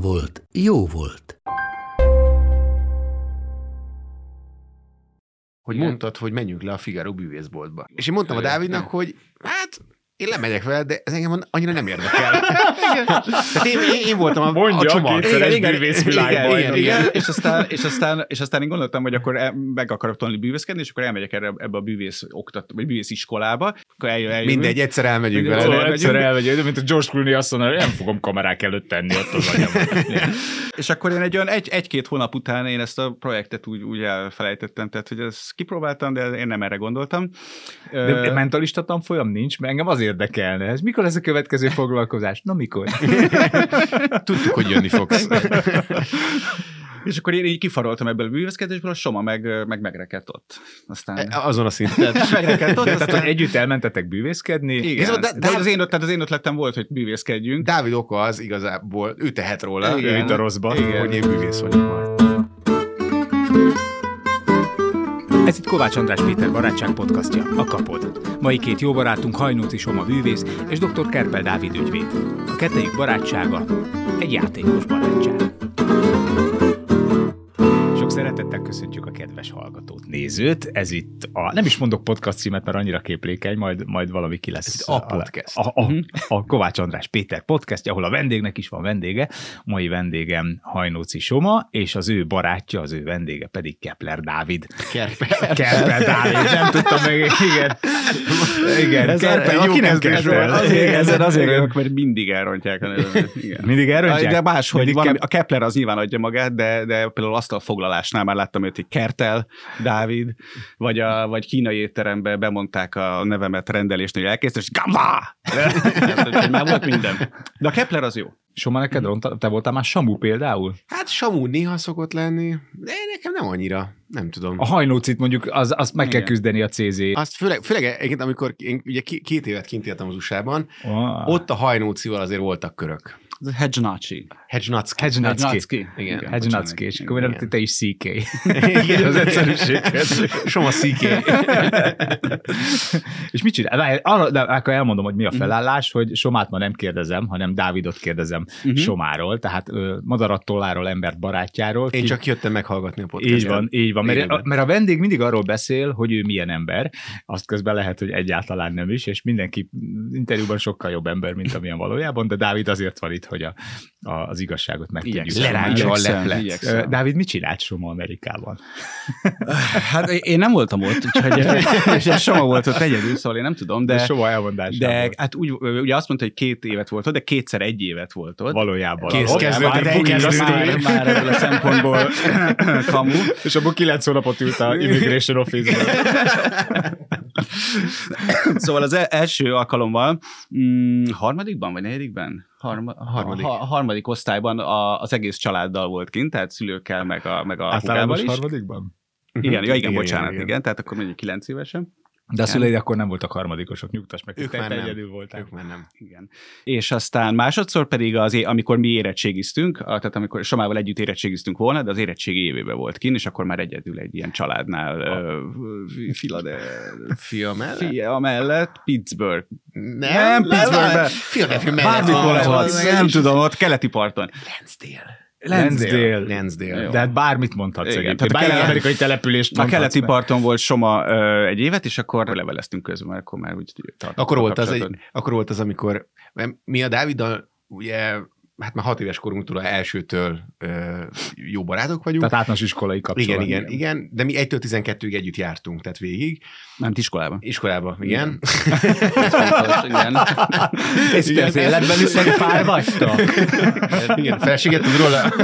volt, jó volt. hogy mondtad, hogy menjünk le a Figaro bűvészboltba. És én mondtam a Dávidnak, hogy hát én lemegyek vele, de ez engem annyira nem érdekel. Tehát én, én, én voltam a, Mondja, a csomag. kétszer egy igen, bűvészvilágban. igen, Igen. igen. és, aztán, és, aztán, és aztán én gondoltam, hogy akkor el, meg akarok tanulni bűvészkedni, és akkor elmegyek erre, ebbe a bűvész oktat, vagy bűvész iskolába, akkor eljön, eljön. Mindegy, egyszer elmegyünk Mindegy, vele. Szóval elmegyünk. egyszer elmegy, de mint a George Clooney azt mondja, hogy nem fogom kamerák előtt tenni ott az agyamat. És akkor én egy olyan egy, egy-két hónap után én ezt a projektet úgy, úgy elfelejtettem, tehát hogy ezt kipróbáltam, de én nem erre gondoltam. De, de mentalista tanfolyam nincs, mert engem az érdekelne. Ez mikor lesz a következő foglalkozás? Na mikor? Tudtuk, hogy jönni fogsz. És akkor én így kifaroltam ebből a bűvészkedésből, a Soma meg, meg megrekedt ott. Aztán... Azon E, a szinten. Megrekedt ott, Tehát, aztán... hogy együtt elmentetek bűvészkedni? Igen, de- hát- de, de- de, az én, öt- tehát az én ötletem volt, hogy bűvészkedjünk. Dávid oka az igazából, ő tehet róla, Ő itt a rosszba. Igen. hogy én bűvész vagyok majd. Ez itt Kovács András Péter barátság podcastja, a Kapod. Mai két jó barátunk Hajnóci Soma bűvész és dr. Kerpel Dávid ügyvéd. A kettejük barátsága egy játékos barátság. Sok szeretettel köszöntjük a kedves hallgatót, nézőt. Ez itt a, nem is mondok podcast címet, mert annyira képlékeny, majd, majd valami ki lesz. itt a podcast. A, a, a Kovács András Péter podcastja, ahol a vendégnek is van vendége. Mai vendégem Hajnóci Soma, és az ő barátja, az ő vendége pedig Kepler Dávid. Kerper. Kerpel Dávid, nem tudtam meg, igen. Igen, ez Kerpel, jó kezdés volt. Azért, ezen azért Igen. örülök, mert mindig elrontják a nevemet. Igen. Mindig elrontják? De máshogy, Mindig valami, Kep- a Kepler az nyilván adja magát, de, de például azt a foglalásnál már láttam őt, hogy Kertel, Dávid, vagy, a, vagy kínai étterembe bemondták a nevemet rendelésnél, hogy elkészült, és Gamma! Tehát, Hát, hogy már volt minden. De a Kepler az jó. Soma, neked ronta, te voltál már Samu például? Hát Samu néha szokott lenni, de nekem nem annyira, nem tudom. A hajnócit mondjuk, az, azt meg kell Igen. küzdeni a CZ. Azt főleg, főleg egyébként, amikor én ugye ki- két évet kint éltem az USA-ban, Ah. ott a hajnócival azért voltak körök. Ez Hedgenacci. Hedgenacki. Hedgenacki. Igen, Hedgenacki, és akkor igen. miért te is CK. Igen, az egyszerűség. Soma sziké. és mit csinál? Várj, Arra, de akkor elmondom, hogy mi Mhm. a felállás, hogy Somát ma nem kérdezem, hanem Dávidot kérdezem Mhm. Somáról, tehát ö, madarat tolláról, embert barátjáról. Én Ki- csak jöttem meghallgatni a podcastet. Így van, így van. Mert, Élőben. a, mert a vendég mindig arról beszél, hogy ő milyen ember, azt közben lehet, hogy egyáltalán nem is, és mindenki interjúban sokkal jobb ember, mint amilyen valójában, de Dávid azért van itt, hogy a, a, az igazságot meg tudjuk. Lerántsa a Igyekszem. leplet. Ö, Dávid, mit csinált Soma Amerikában? Hát én nem voltam ott, úgyhogy és Soma volt Hát, ott egyedül, szóval én nem tudom, De, de... Soma elmondásából. De hát úgy, ugye azt mondta, hogy két évet volt ott, de kétszer egy évet volt ott. valójában. Kész, Ott kezdődött már egy bukik kezdődő. aztán. már, már ebből a szempontból kamu. És abból kilenc hónapot ült a Immigration Office-ben. Szóval az el- első alkalommal, mm, harmadikban vagy negyedikben? Harma, Harmadik. A, a harmadik osztályban a, az egész családdal volt kint, tehát szülőkkel, meg a, meg a húgával Általános is. harmadikban? Igen, ja, igen, Igen, bocsánat, igen. igen, tehát akkor mondjuk kilenc évesen. De a szüleid akkor nem voltak harmadikosok, nyugtass meg, Ők te, már te nem. egyedül voltál. Ők már nem. Igen. És aztán másodszor pedig, az, é- amikor mi érettségiztünk, a- tehát amikor Somával együtt érettségiztünk volna, de az érettségi évében volt kin, és akkor már egyedül egy ilyen családnál uh, Philadelphia Fia mellett? mellett, Pittsburgh. Nem, Nem, Pittsburghbe. Philadelphia mellett. Bármikor van, lehet, az- nem tudom, ott keleti parton. Lansdale. Lensdale. Lansdale. De hát bármit mondhatsz Igen, egyébként. tehát a Bármilyen keleti- amerikai települést A mondhatsz keleti meg. parton volt Soma ö, egy évet, és akkor leveleztünk közben, mert akkor már úgy tartottuk Akkor a volt, az egy, kapcsolatot. akkor volt az, amikor mert mi a Dáviddal ugye hát már hat éves korunktól, a elsőtől ö, jó barátok vagyunk. Tehát általános iskolai kapcsolat. igen, igen, igen, de mi 1-től 12-ig együtt jártunk, tehát végig. Ment iskolában. Iskolában, igen. Igen. És te az életben is egy pár vagytok? Igen, igen feleséget tud róla.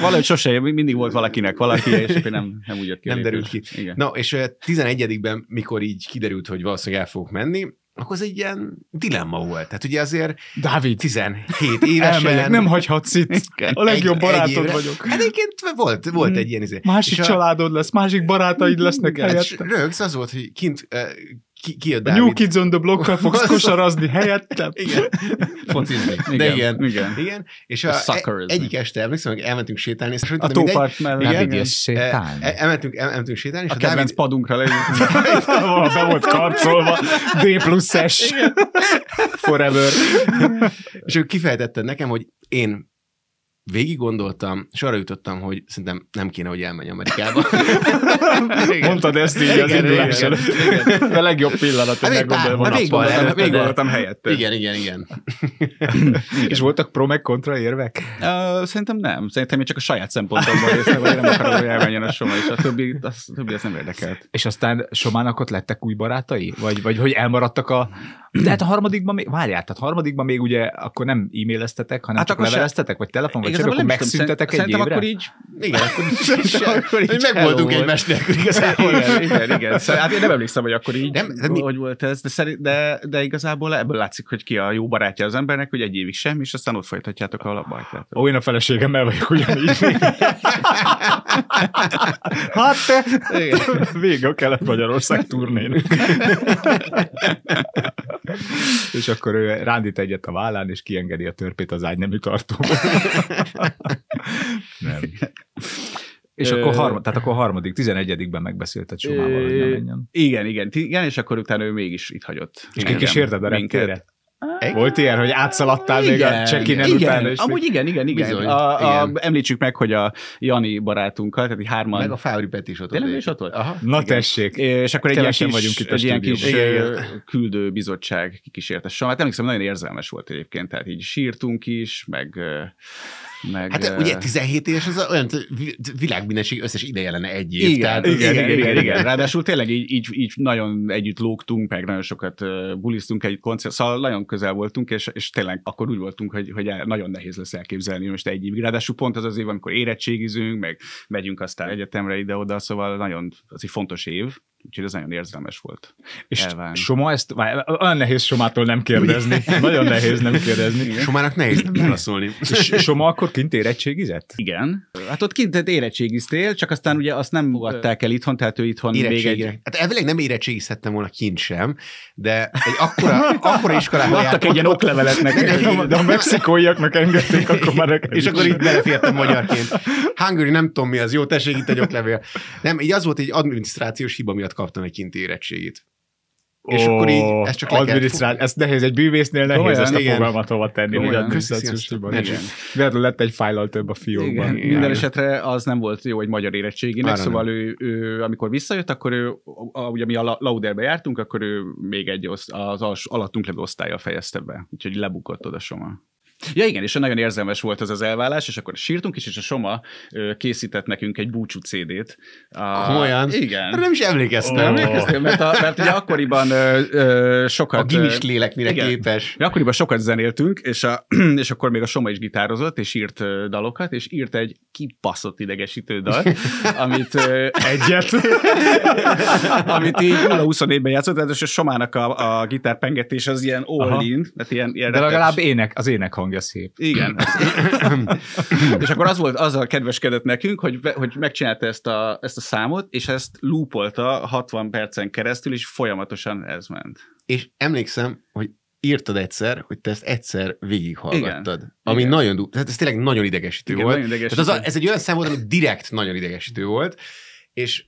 Valahogy sose, mindig volt valakinek valaki, és akkor nem, nem úgy jött ki. a Nem derült lépés. ki. Igen. Na, és ö, 11-ben, mikor így kiderült, hogy valószínűleg el fogok menni, akkor az egy ilyen dilemma volt. Tehát ugye azért Dávid, 17 évesen... elmegyek, nem hagyhatsz itt. A legjobb egy- barátod évre- vagyok. Hmm. Hát egyébként volt, volt egy ilyen izé. Másik És a- családod lesz, másik barátaid lesznek Hát s- helyette. rögz az volt, hogy kint eh, ki, ki a A New Dávid. Kids on the Block-kal fogsz kosarazni helyettem. Igen. Focizni. De igen. Igen, igen. Igen. És A a, e, suckerizni. egyik este emlékszem, hogy elmentünk sétálni. És A tópart mellett. Igen. igen. Sétálni. e, Elmentünk, el- elmentünk sétálni, és A a, Dávid kedvenc padunkra legyünk. Valahol Be volt karcolva, D pluszes. Forever. És ő kifejtette nekem, hogy én végig gondoltam, és arra jutottam, hogy szerintem nem kéne, hogy elmenj Amerikába. Mondtad ezt így az Igen, indulás igen. előtt. A legjobb pillanat, hogy Hát még pár- meggondolom a hát még napon. bal- Gondoltam, Még még van. voltam helyette. igen, igen, igen. És voltak pro meg kontra érvek? Ö, Szerintem nem. Szerintem én csak a saját szempontomból néztem, hogy én nem akarom, hogy elmenjen a soma, és a többi, az, a többi az nem érdekelt. És aztán Somának ott lettek új barátai? Vagy, vagy hogy elmaradtak a... De hát a harmadikban még, várjál, tehát harmadikban még ugye akkor nem e-maileztetek, hanem Hát hát csak akkor se- leveleztetek, vagy telefon, vagy semmi, Igazából akkor nem is tudom, megszüntetek egy szerintem évre? akkor így Igen, akkor, akkor így hogy megboldunk hello. egymás nélkül igazából. Igen, igen, igen. Szóval, hát én nem emlékszem, hogy akkor így, Nem, nem, de de mi- hogy volt ez, de, szerint, de, de igazából ebből látszik, hogy ki a jó barátja az embernek, hogy egy évig sem, és aztán ott folytatjátok a labbajt. Ó, én a feleségemmel vagyok ugyanígy. hát te, vége a Kelet-Magyarország turnén. és akkor ő rándít egyet a vállán, és kiengedi a törpét az ágynemű tartóba. Nem. És Ö- akkor, harmad, tehát akkor harmadik, tizenegyedikben megbeszélted Sumával, hogy nem menjen. Igen, igen, ti- igen, és akkor utána ő mégis itt hagyott. És Engem, kikísérted a minket. reptére? Volt ilyen, hogy átszaladtál még a check-in igen, után? igen. és Amúgy még- igen, igen, igen. Bizony, a, a, igen. említsük meg, hogy a Jani barátunkkal, tehát így hárman. Meg a Fábri Peti is ott Tényleg ő volt. is ott volt? Aha. Na tessék. És akkor egy ilyen Kevesen kis, vagyunk itt a egy ilyen kis stúdióban. ö, küldőbizottság kikísérte Samát. Hát Emlékszem, nagyon érzelmes volt egyébként, tehát így sírtunk is, meg... ö, meg Hát ö, ugye 17 éves, az olyan vi- világmindenség összes ideje lenne egy év. igen, tehát, igen, igen, igen, igen, igen. Ráadásul tényleg így, így, így nagyon együtt lógtunk, meg nagyon sokat ö, bulisztunk egy koncert, szóval nagyon közel voltunk, és, és tényleg akkor úgy voltunk, hogy, hogy el- nagyon nehéz lesz elképzelni hogy most egy évig. Ráadásul pont az az év, amikor érettségizünk, meg megyünk aztán egyetemre ide-oda, szóval nagyon, az egy fontos év, úgyhogy ez nagyon érzelmes volt. És Elván. Soma ezt, várj, olyan nehéz Somától nem kérdezni. Nagyon nehéz nem kérdezni. Somának nehéz nem válaszolni. És Soma akkor kint érettségizett? Igen. Hát ott kint tehát érettségiztél, csak aztán ugye azt nem fogadták el itthon, tehát ő itthon még egy... Érettségre. Hát elvileg nem érettségizhettem volna kint sem, de egy akkora, akkora iskolába Adtak egy ilyen oklevelet Nem, neked. nem, De a mexikóiaknak engedték, akkor már neked És is. akkor így belefértem magyarként. Hungary nem tudom mi az, jó, tessék itt egy oklevél. Nem, így az volt, egy adminisztrációs hiba miatt kaptam egy kinti érettségit. És Ó, akkor így, ezt csak le kell adminisztrál, ezt nehéz, egy bűvésznél nehéz Olyan, ezt a igen. fogalmat hova tenni, Olyan, hogy köszi, adminisztrációs sziasztok. hiba. Ne Igen. Véletlenül lett egy fájlal több a Igen, fiókban. minden esetre az nem volt jó egy magyar érettségének, Arra szóval ő, ő, amikor visszajött, akkor ő, a, ugye mi a La- Lauderbe jártunk, akkor ő még egy oszt, az als, alattunk levő osztályjal fejezte be, úgyhogy lebukott oda Soma. Ja igen, és nagyon érzelmes volt az az elvállás, és akkor sírtunk is, és a Soma ö, készített nekünk egy búcsú CD-t. A- Komolyan? Igen. Arra Nem is emlékeztem. Ó. Emlékeztél, mert, a, mert ugye akkoriban ö, ö, sokat... A gimis lélek mire igen. képes. Mi akkoriban sokat zenéltünk, és, a, és akkor még a Soma is gitározott, és írt ö, dalokat, és írt egy kibaszott idegesítő dalt, amit, ö, Egyet. amit így 20 évben játszott, tehát és a Somának a, a gitárpengetés az ilyen Aha. all in, tehát ilyen, ilyen De legalább rettenetes- ének, az ének hangja szép. igen. és akkor az volt, azzal kedveskedett nekünk, hogy, ve- hogy megcsinálta ezt a, ezt a számot, és ezt loopolta 60 percen keresztül, és folyamatosan ez ment. És emlékszem, hogy írtad egyszer, hogy te ezt egyszer végighallgattad. Igen. Ami Igen. nagyon, du- tehát ez tényleg nagyon idegesítő Igen, volt. nagyon idegesítő. Tehát az a, ez egy olyan szám volt, ami direkt nagyon idegesítő volt, és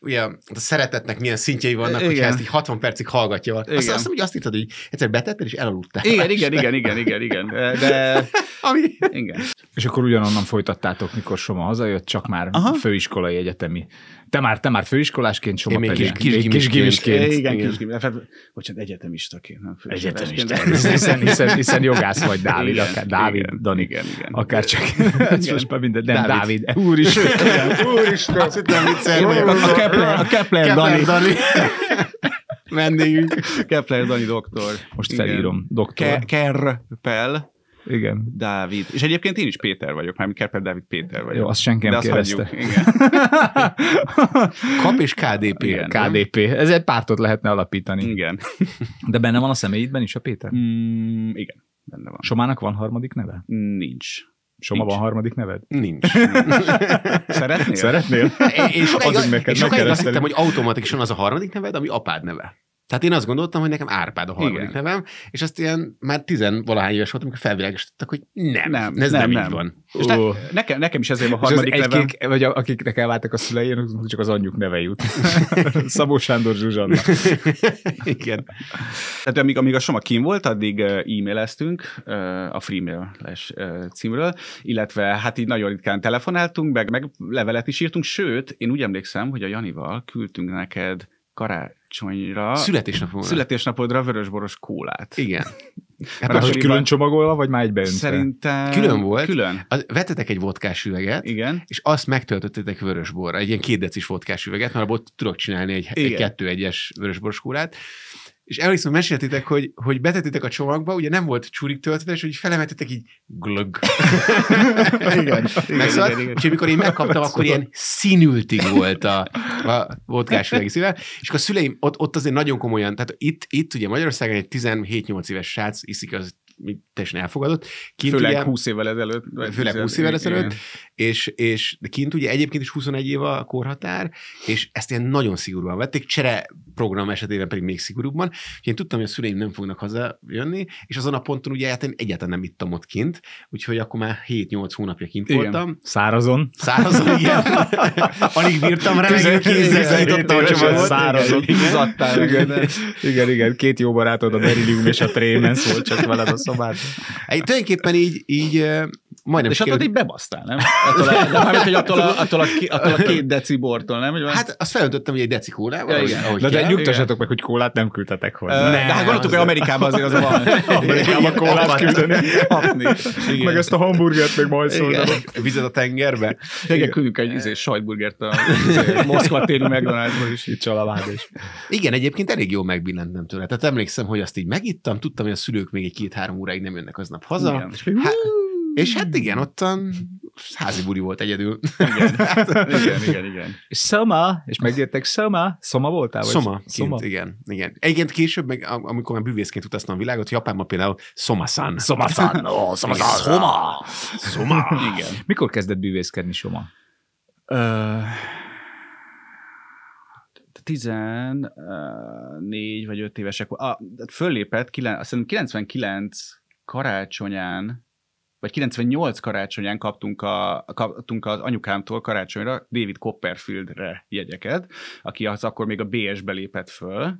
ugye a szeretetnek milyen szintjei vannak, Igen. hogyha ezt így 60 percig hallgatja. Azt, Igen. azt hiszem, hogy azt írtad, hogy egyszer betettél, és elaludtál. Igen, igen, igen, igen, igen, igen. De Ami... igen. És akkor ugyanonnan folytattátok, mikor Soma hazajött, csak már Aha. főiskolai egyetemi. Te már, te már főiskolásként, Soma Én még pedig kis- kis még gimisként. kisgimisként. Igen, igen. Kis, hát, bocsánat, egyetemistaként. Nem Egyetemista. Hiszen, hiszen, hiszen jogász vagy, Dávid, igen, Igen, akár, Dávid, igen, Dani, igen, igen. akár csak, ez most már minden, nem, Dávid, úristen, úristen, azt hittem, A Kepler, a Kepler, Dani. Dani. Mennénk. Kepler Dani doktor. Most Igen. felírom, doktor. Ke- Kerpel Igen. Dávid. És egyébként én is Péter vagyok, mármint Kerper Dávid Péter vagyok. Jó, azt senki nem De azt kérdezte. hagyjuk. Igen. Kap és KDP. Igen. nem? KDP. Ez egy pártot lehetne alapítani. Igen. De benne van a személyidben is a Péter? Mm, igen, benne van. Somának van harmadik neve? Nincs. Soma Nincs. van harmadik neved? Nincs. Szeretnél? Szeretnél? Én- Én sokáig, Adunk az, neked, én sokáig azt megkeresztelünk. hittem, hogy automatikusan az a harmadik neved, ami apád neve. Tehát én azt gondoltam, hogy nekem Árpád a harmadik Igen. Igen. nevem, és azt ilyen már tizenvalahány éves voltam, amikor felvilágosítottak, hogy nem, Nem, nem ez nem, nem, nem, nem. így van. És ne, Ó. nekem, nekem is ezért a És az harmadik nevem. egyik, vagy a- akiknek elváltak a szülei, azoknak csak az anyjuk neve jut. Szabó Sándor Zsuzsanna. Igen. Tehát amíg, amíg a Soma kín volt, addig ö, e-maileztünk ö, a freemail-es ö, címről, illetve hát így nagyon ritkán telefonáltunk, meg, meg levelet is írtunk, sőt, én úgy emlékszem, hogy a Janival küldtünk neked karácsonyra, Születésnapomra. születésnapodra vörösboros kólát. Igen. Hát Mert a hogy soriban- külön csomagolva, vagy már egybeöntve? Szerintem... külön volt. Külön. Az, vettetek egy vodkás üveget, Igen. és azt megtöltöttétek vörösborra, egy ilyen két decis vodkás üveget, mert abból tudok csinálni egy, egy Igen. kettő egyes vörösboros kólát. És emlékszem, meséltétek, hogy, hogy betettétek a csomagba, ugye nem volt csurik töltve, és hogy felemeltetek így glögg. Igen. Megszólt, és amikor én megkaptam, akkor ilyen színültig volt a, a vodkás üveg szívvel, és akkor a szüleim ott, ott azért nagyon komolyan, tehát itt, itt ugye Magyarországon egy 17-8 éves srác iszik, az mi- teljesen elfogadott. Kint Főleg ugye- 20 évvel ezelőtt. vagy főleg 10 20 évvel igen. ezelőtt, és, és de kint ugye egyébként is 21 év a korhatár, és ezt ilyen nagyon szigorúan vették, csere program esetében pedig még szigorúbban, és én tudtam, hogy a szüleim nem fognak hazajönni, és azon a ponton ugye hát én egyáltalán nem ittam ott kint, úgyhogy akkor már 7-8 hónapja kint Igen. voltam, Szárazon. szárazon, igen, alig bírtam rá, meg kézzel nyitottam a csomagot. Szárazon. Izzadtál. Igen, igen, igen, két jó barátod, a Beryllium és a Trémens volt csak veled a szobát. Hát Tulajdonképpen így, így eh, majdnem hát És attól sikerült- így bebasztál, nem? Attól a, de mármint, hogy attól a, attól a, ki- attól a két deci bortól, nem? Hogy van? Hát azt felöntöttem, hogy egy deci kólával, Ja, ahogy- igen. ahogy Na de kell. nyugtassatok meg, hogy kólát nem küldtetek Ö, hozzá. de hát gondoltuk, hogy Amerikában azért az van. Amerikába kólát küldeni. Kapni. Igen. Meg ezt a hamburgert meg majszolgatok. Igen. Vizet a tengerbe. Igen, küldjük egy izé, sajtburgert a izé, Moszkva téli McDonald'sból is. Itt csalavád Hát is. Igen, egyébként elég jól megbillentem tőle. Tehát emlékszem, hogy azt így megittam, tudtam, hogy a szülők még egy két-három óráig nem jönnek aznap haza. Igen. És Há- és hát igen, ottan házi buli volt egyedül. Igen, igen, igen. És Szoma, és megjöttek Szoma. Szoma voltál? Vagy? Szoma, kint, Szoma. igen. igen. Egyébként később, meg, am- amikor már bűvészként utaztam a világot, Japánban például Szomasan. Szomaszán. Ó, szomaszán. Szoma! Szoma! Igen. Mikor kezdett bűvészkedni Soma? Ö, 14 vagy 5 évesek. Ah, föllépett, kilen- azt hiszem 99 karácsonyán, vagy 98 karácsonyán kaptunk, a, kaptunk az anyukámtól karácsonyra David Copperfieldre jegyeket, aki az akkor még a BS-be lépett föl,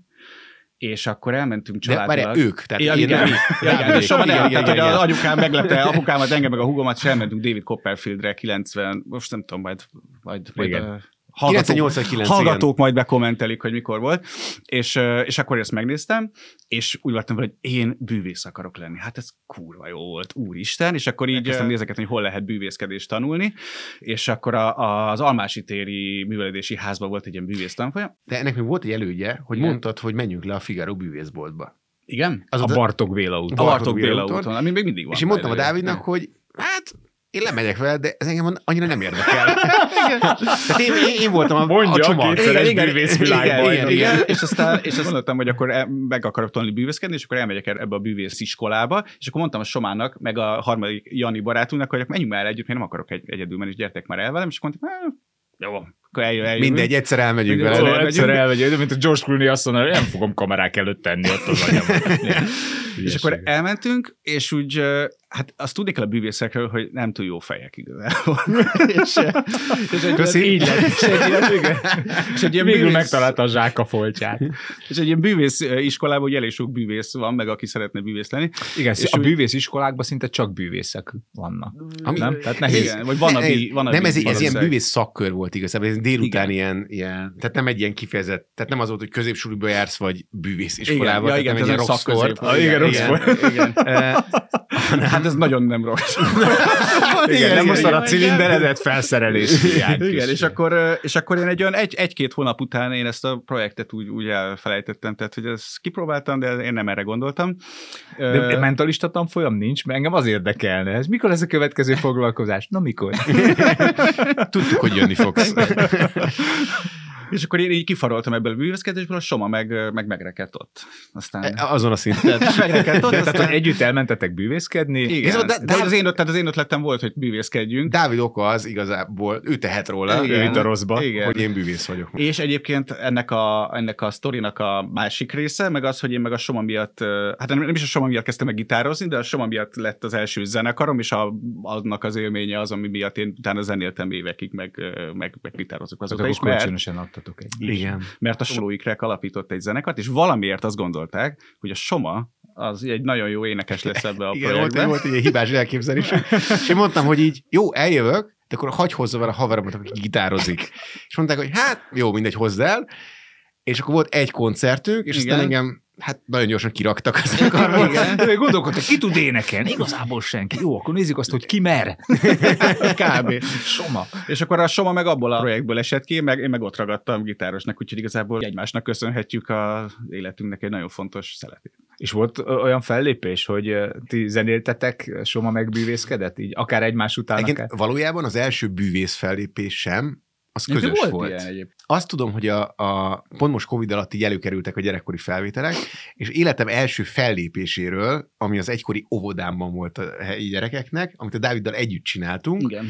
és akkor elmentünk De családilag. várjál, ők, tehát Ja, én igen, nem. mi? Ja, igen, ők. soha nem, Igen, tehát, igen, hogy igen. az anyukám meglepte apukámat, engem meg a húgomat, sem mentünk David Copperfieldre 90, most nem tudom, majd, majd, majd Igen. a hallgatók, 98 vagy 9, igen. hallgatók majd bekommentelik, hogy mikor volt, és, ö, és akkor ezt megnéztem, és úgy voltam, vele, hogy én bűvész akarok lenni. Hát ez kurva jó volt, úristen, és akkor így kezdtem nézeket, hogy hol lehet bűvészkedést tanulni, és akkor a, a, az Almási téri művelődési házban volt egy ilyen bűvész tanfolyam. De ennek még volt egy elődje, hogy Igen. mondtad, hogy menjünk le a Figaro bűvészboltba. Igen? Az A Bartók Béla út. A Bartók Bartók Béla Béla úton. úton, ami még mindig van. És én mondtam a by the way. Dávidnak, hogy hát én lemegyek vele, de ez engem annyira nem érdekel. Tehát én, én, én voltam a, Mondja a a csomag. kétszeres bűvészvilágbajnok. Igen, igen, igen. És aztán, és azt gondoltam, hogy akkor el, meg akarok tanulni bűvészkedni, és akkor elmegyek el ebbe a bűvésziskolába, és akkor mondtam a Somának, meg a harmadik Jani barátunknak, hogy akkor menjünk már el együtt, mert nem akarok egy, egyedül menni, és gyertek már el velem, és akkor mondtam, "Á, jó, akkor eljön, eljön. Mindegy, egyszer elmegyünk Mindegy, Szóval vele. egyszer Egyszer elmegy, olyan, mint a George Clooney azt mondaná, hogy nem fogom kamerák előtt tenni ott az agyamat. És akkor elmentünk, és úgy, ö, hát azt tudni kell a bűvészekről, hogy nem túl jó fejek igazából. és, ö, és egy, Köszi. Így lett. És egy ilyen, igen. és egy ilyen Végül bűvész- megtalálta a zsáka foltját. És egy ilyen bűvész ö, iskolában, hogy elég sok bűvész van, meg aki szeretne bűvész lenni. Igen, És a úgy- bűvész iskolákban szinte csak bűvészek vannak. Ami- nem? Tehát nehéz. Igen, vagy van a bí- van a nem, ez, bí- ez ilyen valószínűleg. bűvész szakkör volt igazából, ez délután ilyen, ilyen, tehát nem egy ilyen kifejezett, tehát nem az volt, hogy középsúlyba jársz, vagy bűvész iskolával, ja, igen, tehát nem egy ilyen ez a Ah, rock szakközép sport. volt. Igen, rock igen. Eh, hanem, Hát ez nagyon nem rossz. Igen, igen, nem most a cilinderedet felszerelés hiány. Igen, és akkor, ö, és akkor én egy olyan egy, egy-két hónap után én ezt a projektet úgy, úgy elfelejtettem, tehát hogy ezt kipróbáltam, de én nem erre gondoltam. Ö, De mentalista tanfolyam nincs, mert engem az érdekelne. Ez mikor ez a következő foglalkozás? Na mikor? Tudtuk, hogy jönni fogsz. És akkor én így kifaroltam ebből a bűvészkedésből, a Soma meg, meg megrekedt ott. Aztán Azon a szinten. E, megrekedt ott, Tehát, hogy aztán... együtt elmentetek bűvészkedni? Igen, de, de- de, az én, ötlet, az én ötletem volt, hogy bűvészkedjünk. Dávid oka az igazából, ő tehet róla, Igen. ő Itt a rosszba. Igen. hogy én bűvész vagyok. És egyébként ennek a, ennek a sztorinak a másik része, meg az, hogy én meg a Soma miatt, ö, hát nem, nem is a Soma miatt kezdtem meg gitározni, de a Soma miatt lett az első zenekarom, és a, annak az élménye az, ami miatt én utána zenéltem évekig, meg, ö, meg, meg gitározok azóta Azok is, is mert, kölcsönösen adtatok egy. Igen. mert a Solóikrek alapított egy zenekart, és valamiért azt gondolták, hogy a Soma az egy nagyon jó énekes lesz ebbe a Igen, volt, projektbe. egy- volt egy ilyen hibás elképzelés. És én mondtam, hogy így, jó, eljövök, de akkor hagy hozzá vele a haveromat, aki gitározik. És mondták, hogy hát, jó, mindegy, hozz el. És akkor volt egy koncertünk, és Igen. Igen. aztán engem hát nagyon gyorsan kiraktak az akarból. Ő gondolkodta, ki tud énekelni? Igazából senki. Jó, akkor nézzük azt, hogy ki mer. Kb. Soma. És akkor a Soma meg abból a projektből esett ki, meg én meg ott ragadtam gitárosnak, úgyhogy igazából egymásnak köszönhetjük az életünknek egy nagyon fontos szeletét. És volt ö, olyan fellépés, hogy ö, ti zenéltetek, Soma megbűvészkedett? Így akár egymás után, akár... Egyébként valójában az első bűvész fellépés sem, az közös volt. volt. Ilyen egyéb. Azt tudom, hogy a, a, pont most Covid alatt így előkerültek a gyerekkori felvételek, és életem első fellépéséről, ami az egykori óvodámban volt a helyi gyerekeknek, amit a Dáviddal együtt csináltunk, Igen.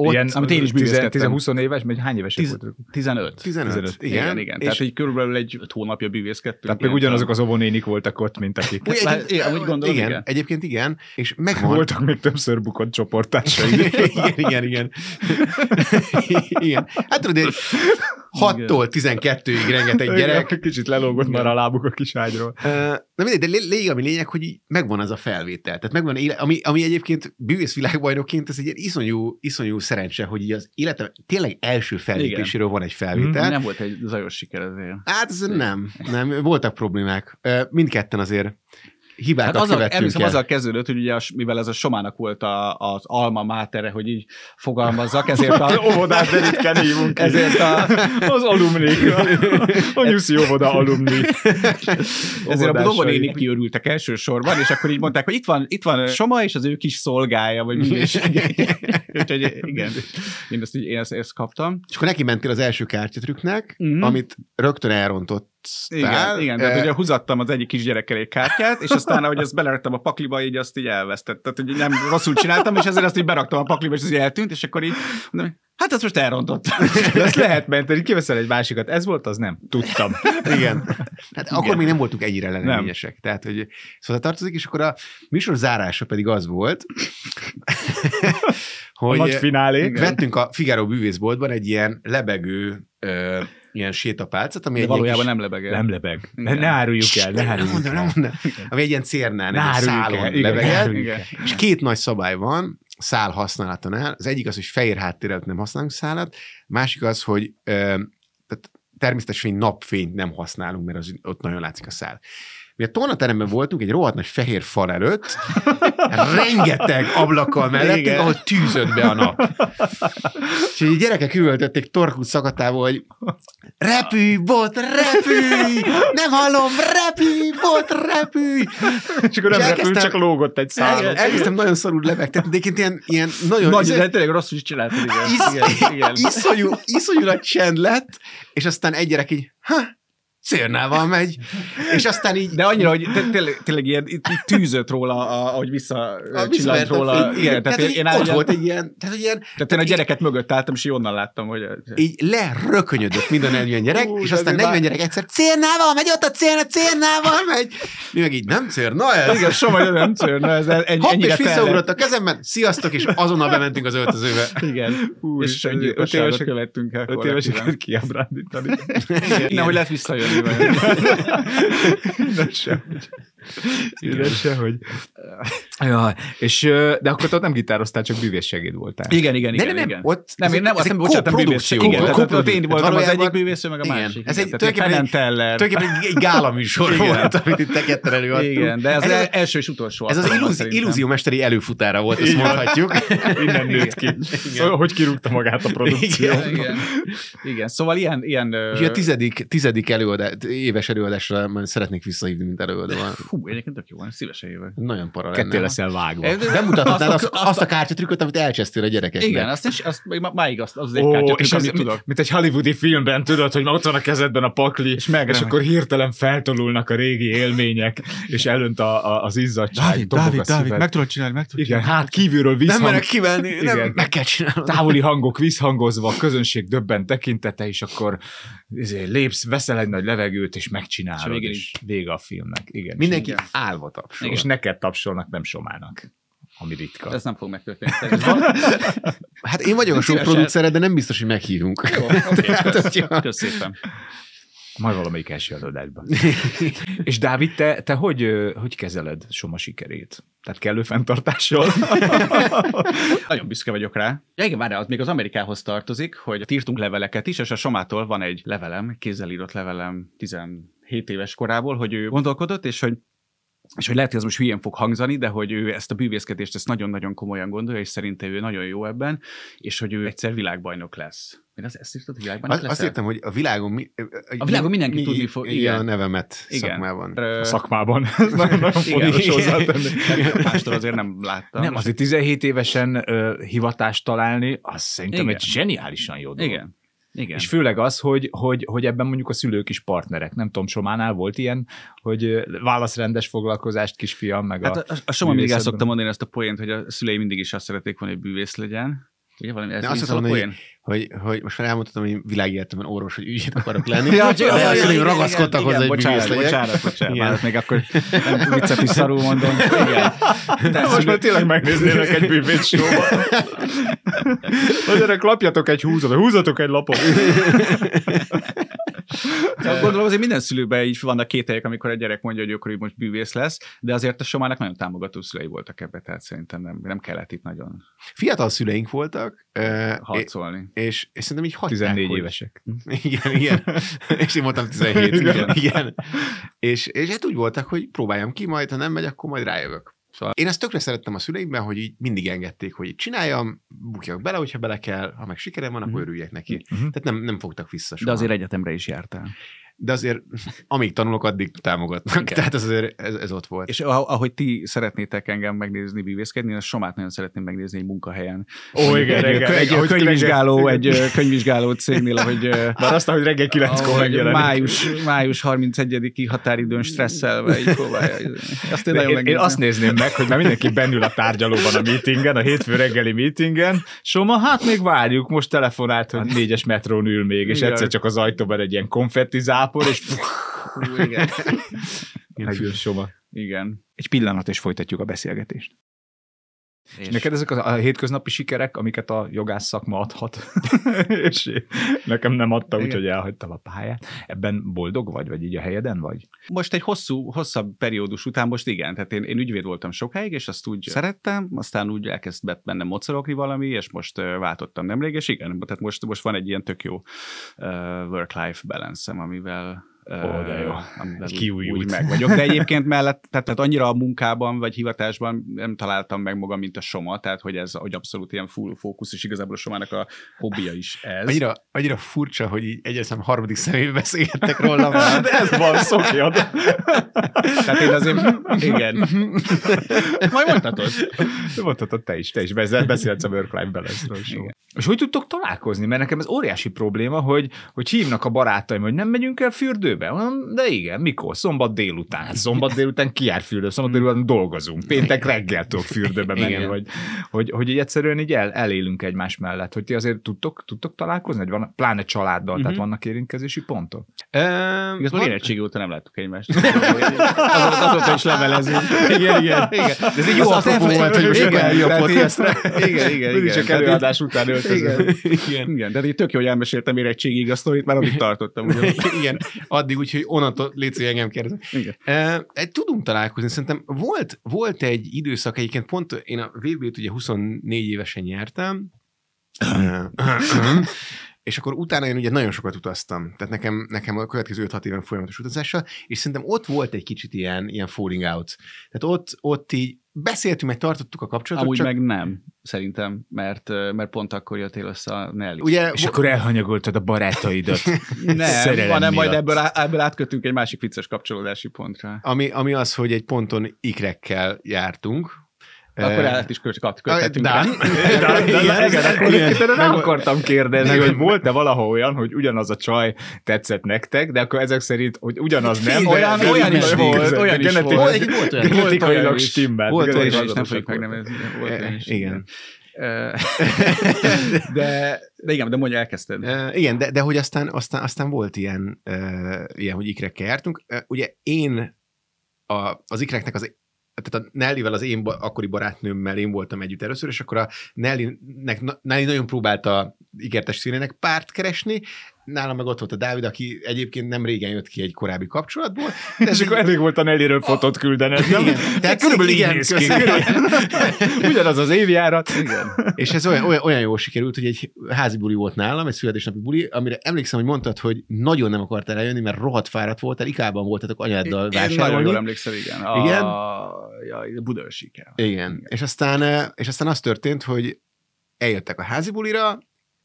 ott, Ilyen, amit én is bűvészkedtem. 10-20 éves, vagy hány évesek Tiz- voltatok? 15. 15, Igen, igen. igen. igen. És- Tehát egy körülbelül egy öt hónapja bűvészkedtünk. Tehát még ugyanazok az ovonénik voltak ott, mint akik. Úgy, Lá- egyébként- igen, úgy gondolom, igen, igen. Egyébként igen, és megvan. Voltak még többször bukott csoporttársai. igen, igen, igen. igen. Hát tudod, én 6-tól 12-ig rengeteg gyerek. Kicsit lelógott már a lábuk a kis ágyról. Ö, Na mindegy, de lé- lényeg, ami lényeg, hogy így megvan az a felvétel. Tehát megvan, éle, ami, ami egyébként bűvész világbajnokként, ez egy ilyen iszonyú, iszonyú szerencse, hogy így az életem tényleg első fellépéséről van egy felvétel. Nem volt egy zajos siker azért. Hát ez nem, nem, voltak problémák. Ö, Mindketten azért Hát hibákat hát azzal, követtünk emlékszem, el. azzal kezdődött, hogy ugye, a, mivel ez a Somának volt a, az alma mátere, hogy így fogalmazzak, ezért a... Óvodát ritken hívunk. Ezért a, Az alumni. A nyuszi óvoda alumni. Ezért a Óvodásai. dobonénik kiörültek elsősorban, és akkor így mondták, hogy itt van, itt van Soma és az ő kis szolgája, vagy mi is. Úgyhogy igen, én ezt, így, én ezt, ezt kaptam. És akkor neki mentél az első kártyatrükknek, Mhm. mm-hmm. amit rögtön elrontott. Igen, Tár, igen, tehát ugye húzattam az egyik kisgyerekkel egy kártyát, és aztán, ahogy ezt beleraktam a pakliba, így azt így elvesztett. Tehát, hogy nem rosszul csináltam, és ezért azt így beraktam a pakliba, és az így eltűnt, és akkor így mondom, hogy hát ezt most elrontottam. De ezt lehet menteni, kiveszel egy másikat. Ez volt, az nem. Tudtam. igen. Hát igen. akkor még nem voltunk ennyire elleneményesek. Tehát, hogy szóval tartozik, és akkor a műsor zárása pedig az volt, hogy Nagy finálé. Igen. vettünk a Figaro bűvészboltban egy ilyen lebegő ö, ilyen sétapálcát, ami De egy ilyen valójában kis- nem lebegett. Nem lebeg. Ne, Igen. ne áruljuk el, ne nem áruljuk mondom, nem el. mondom. Ami egy ilyen cérnán, Ne egy áruljuk szálon el. Igen, ne lebegett. áruljuk el. És két nagy szabály van szál használatánál. Az egyik az, hogy fehér háttérrel nem használunk szálat, másik az, hogy ö, tehát természetes fény, napfényt nem használunk, mert az, ott nagyon látszik a szál. Mi a tornateremben voltunk egy rohadt nagy fehér fal előtt, rengeteg ablakkal mellettünk, Igen. ahol tűzött be a nap. És így gyerekek üvöltötték torkút szakadtával, hogy repülj, bot, repülj! Nem hallom, repülj, bot, repülj! És akkor nem És repül, elkezdtem- csak lógott egy El, szálon. elkezdtem nagyon szorul lebegtetni, de egyébként ilyen, ilyen nagyon... Nagy, izé- de tényleg rosszul is csináltad, igen. Is- igen, igen. iszonyú, iszonyú nagy csend lett, és aztán egy gyerek így, ha, cérnával megy, és aztán így... De annyira, hogy te- tényleg, tényleg ilyen itt, itt tűzött róla, a, ahogy vissza a csillant visszavert a róla. fény. Igen, tehát, én, így én, ott álltam- volt egy ilyen, tehát egy ilyen, tehát én a gyereket mögött álltam, és így onnan láttam, hogy... így lerökönyödött mind a 40 gyerek, Ú, Ú, és de aztán mi 40 már- gyerek egyszer cérnával megy, ott a cérna, cérnával megy. Mi meg így, nem cérna ez? Igen, soha nem szörne, ez egy, Hopp, ennyire és tele- visszaugrott a kezemben, sziasztok, és azonnal bementünk az öltözőbe. Igen, Úr, és ez egy egy öt évesek igazságot követtünk el. Öt éveseket kiábrándítani. Nem, hogy lehet visszajönni. vagy- Édes sehogy. Jaj, és, ö, de akkor te ott nem gitároztál, csak bűvész segéd voltál. Igen, igen, De igen. nem, nem, igen. ott- nem, ez én egy- nem, ez azt egy nem, bocsánat, nem bűvész. koprodukció, Igen, igen. tehát ott- ott én voltam az Valójában- egyik bűvésző, meg a Igen. másik. Ez egy tehát tulajdonképpen Helen egy- Teller. Tulajdonképpen egy, egy gála műsor Igen. volt, amit itt te ketten előadtunk. Igen, de ez, ez, az ez, első és utolsó. ez az alkalommal illúzi, szerintem. illúziómesteri előfutára volt, ezt mondhatjuk. Innen nőtt ki. Szóval, hogy kirúgta magát a produkció. Igen, igen. igen, szóval ilyen... ilyen ö, Úgyhogy a tizedik, tizedik előadás, éves előadásra már szeretnék visszahívni, mint előadóval. Hú, egyébként tök jó, van, szívesen jövök. Nagyon para Ketté lenne. leszel vágva. Nem mutathatnád azt, Azt azt, a, azt a kártyatrükköt, amit elcsesztél a gyerekeknek. Igen, azt, is, azt még ma- máig azt, az, az egy Ó, kártya, és és amit az, tudok. mint, mint egy hollywoodi filmben, tudod, hogy már ott van a kezedben a pakli, és, meg, és nem. akkor hirtelen feltolulnak a régi élmények, és elönt a, a, az izzadság. dobog a szíved. tudod csinálni, meg tudod Igen, hát kívülről Nem visszhang, merek kimenni, nem, Igen. meg kell csinálnod. távoli hangok visszhangozva, a közönség döbben tekintete, és akkor izé, lépsz, veszel egy nagy levegőt, és megcsinálod, és, És végén és vége a filmnek. Igen, Mindenki és, álva tapsol. igen. és neked tapsolnak, nem somának, ami ritka. Ez nem fog megtörténni. Ez van. Hát én vagyok a sok Szívesen. producered, de nem biztos, hogy meghívunk. Jó, oké, kösz. hogyha- Kösz szépen. Majd valamelyik első előadásban. És Dávid, te, te hogy, ö, hogy kezeled Soma sikerét? Tehát kellő fenntartással? Nagyon büszke vagyok rá. Ja, igen, várjál, az még az Amerikához tartozik, hogy írtunk leveleket is, és a Somától van egy levelem, kézzel írott levelem 17 éves korából, hogy ő gondolkodott, és hogy és hogy lehet, hogy ez most hülyén fog hangzani, de hogy ő ezt a bűvészkedést ezt nagyon-nagyon komolyan gondolja, és szerinte ő nagyon jó ebben, és hogy ő egyszer világbajnok lesz. Én azt, ezt írtad, hogy világbajnok Azt, lesz? azt értem, hogy a világon... Mi, A világon mindenki tudni fog, Igen, igen. a nevemet Igen. szakmában. A Ö, szakmában. Ez nagyon-nagyon igen, fontos hozzátenni. Mástól azért nem láttam. Nem, azért 17 évesen ö, hivatást találni, az szerintem Igen. egy zseniálisan jó dolog. Igen. Igen. És főleg az, hogy, hogy, hogy ebben mondjuk a szülők is partnerek. Nem tudom, Sománál volt ilyen, hogy ö, válaszrendes foglalkozást kisfiam, meg Hát a... a, a, a Soma mindig el művészetben. szokta mondani ezt a poént, hogy a szülei mindig is azt szerették volna, hogy bűvész legyen. Ugye valami, ez Ne, mi azt szól a akartam, poén? hogy, hogy, hogy most már elmondhatom, hogy én világéletemben orvos, hogy ügyét akarok lenni. Ja, de a szüleim ragaszkodtak hozzá, hogy bocsánat, bűvész legyek. bocsánat, bocsánat, Igen. bocsánat, még akkor nem viccet is szarul mondom. Igen. De Most már tényleg megnéznélek egy bűvét showba. Magyarok, lapjatok egy húzat, húzatok egy lapot. Szóval Gondolom azért minden szülőben így vannak kételyek, amikor egy gyerek mondja, hogy ő akkor így most bűvész lesz, de azért a Somának nagyon támogató szülei voltak ebbe, tehát szerintem nem, nem kellett itt nagyon Fiatal szüleink voltak, ö, és, harcolni. és, és szerintem így hagyták, 14 hogy- évesek. Igen, igen. És én mondtam 17. Igen. igen. igen. És, és hát úgy voltak, hogy próbáljam ki, majd ha nem megy, akkor majd rájövök. Szóval én ezt tökre szerettem a szüleimben, hogy így mindig engedték, hogy így csináljam, bukjak bele, hogyha bele kell, ha meg sikerem van, akkor örüljek neki. Tehát nem, nem fogtak vissza soha. Mhm. De azért egyetemre is jártál. De azért amíg tanulok, addig támogatnak. Igen. Tehát ez azért ez, ez ott volt. És ah- ahogy ti szeretnétek engem megnézni bűvészkedni, én a Somát nagyon szeretném megnézni egy munkahelyen. Ó, igen, Egy, egy, reggel. egy, ahogy egy könyvvizsgáló, reggel- egy ö, könyvvizsgáló cégnél, ahogy ö, Már azt, hogy reggel 9-kor ahogy megjelenik. május, május 31-i határidőn stresszelve így próbálja. Azt én De nagyon én, én azt megnézem. nézném meg, hogy már mindenki bennül a tárgyalóban a meetingen, a hétfő reggeli meetingen. Soma, hát még várjuk, most telefonált, hogy négyes metrón ül még, és Igen. egyszer csak az ajtóban egy ilyen konfetti zápor, és Hú, Igen. megjön Soma. Igen. Egy pillanat, és folytatjuk a beszélgetést. És És neked ezek a, a hétköznapi sikerek, amiket a jogász szakma adhat, és nekem nem adta, Igen. úgyhogy elhagytam a pályát. Ebben boldog vagy, vagy így a helyeden vagy? Most egy hosszú, hosszabb periódus után most igen, tehát én, én ügyvéd voltam sokáig, és azt úgy szerettem, aztán úgy elkezd be- bennem mocorogni valami, és most ö, váltottam nemrég, és igen, tehát most, most van egy ilyen tök jó ö, work-life balance amivel ö, Ó, de jó. amivel Egy úgy- kiújult. úgy meg vagyok, de egyébként mellett, tehát, tehát annyira a munkában vagy hivatásban nem találtam meg magam, mint a Soma, tehát hogy ez hogy abszolút ilyen full fókusz, és igazából a Somának a hobbija is ez. Annyira, annyira furcsa, hogy így egyáltalán harmadik személybe beszélgettek rólam. már. Ez van, szokjad. Tehát én azért, igen. Majd mondhatod. Mondhatod te is, te is bezzel, beszélhetsz a work-life balance-ról. soha. És hogy tudtok találkozni? Mert nekem ez óriási probléma, hogy, hogy hívnak a barátaim, hogy nem megyünk el fürdőbe. Mondom, de igen, mikor? Szombat délután. Hmm. Hát szombat délután ki jár fürdő, szombat délután dolgozunk. Péntek reggel tudok fürdőbe menni, Igen. vagy, hogy, hogy így egyszerűen így el, elélünk egymás mellett. Hogy ti azért tudtok, tudtok találkozni? Hogy van, pláne családdal, tehát vannak érintkezési pontok? Ehm, Igazából van- érettségi óta nem láttuk egymást. Azóta, azóta is levelezünk. Igen, igen. Igen. De ez így jó apropó volt, hogy most megállja a podcastra. Igen, igen, Mindig igen. csak Tehát így- előadás után öltözöm. Igen, igen. Tehát így tök jó, hogy elmeséltem érettségig a sztorit, már addig tartottam. ugye. Igen, addig, úgyhogy onnantól légy szíves, engem kérdezni. E, tudunk találkozni, szerintem volt, volt egy időszak, egyébként pont én a VB-t ugye 24 évesen nyertem, E, és akkor utána én ugye nagyon sokat utaztam, tehát nekem, nekem a következő 5-6 éven folyamatos utazással, és szerintem ott volt egy kicsit ilyen, ilyen falling out. Tehát ott, ott így beszéltünk, meg tartottuk a kapcsolatot, Amúgy csak meg nem, szerintem, mert, ö, mert pont akkor jöttél össze a Nelly. ugye És akkor elhanyagoltad a barátaidat. nem, szerelem hanem majd miatt. ebből, á- ebből átkötünk egy másik vicces kapcsolódási pontra. Ami, ami az, hogy egy ponton ikrekkel jártunk. Akkor Eh, át is köt- kat- eh, köthetünk. Dán. rá. De, de, de, Igen, igen, akkor igen. egyébként erre rá Meg- akartam kérdezni, meg- hogy volt-e valahol olyan, hogy ugyanaz a csaj tetszett nektek, de akkor ezek szerint, hogy ugyanaz nem, Fényben- olyan, fényben olyan is is volt, volt, olyan is genetikai- volt. Egy- volt olyan. Volt olyan Genetikailag is. stimmel. Volt Olyan is, Igazából és nem csak fogjuk megnevezni. Volt olyan is. Igen. Ö, De, de igen, de mondja, elkezdted. Eh, Igen, de, de hogy aztán, aztán, aztán volt ilyen, eh, ilyen, hogy ikrekkel jártunk. Eh, Ugye én a, az ikreknek az tehát a Nellivel, az én ba- akkori barátnőmmel én voltam együtt először, és akkor a Nellinek, na- Nelly nagyon próbálta ikertes színének párt keresni, nálam meg ott volt a Dávid, aki egyébként nem régen jött ki egy korábbi kapcsolatból. De És akkor elég volt a Nellyről fotót küldened, nem? Igen. Tehát körülbelül így igen, néz ki. köszönöm. Ugyanaz az évjárat. És ez olyan, olyan, olyan jól sikerült, hogy egy házi buli volt nálam, egy születésnapi buli, amire emlékszem, hogy mondtad, hogy nagyon nem akartál eljönni, mert rohadt fáradt voltál, ikában voltatok anyáddal Én nagyon jól vásárolni. emlékszem, igen. Igen? A, ja, Budaörsikel. Igen. És aztán, eh, és aztán az történt, hogy eljöttek a házi bulira,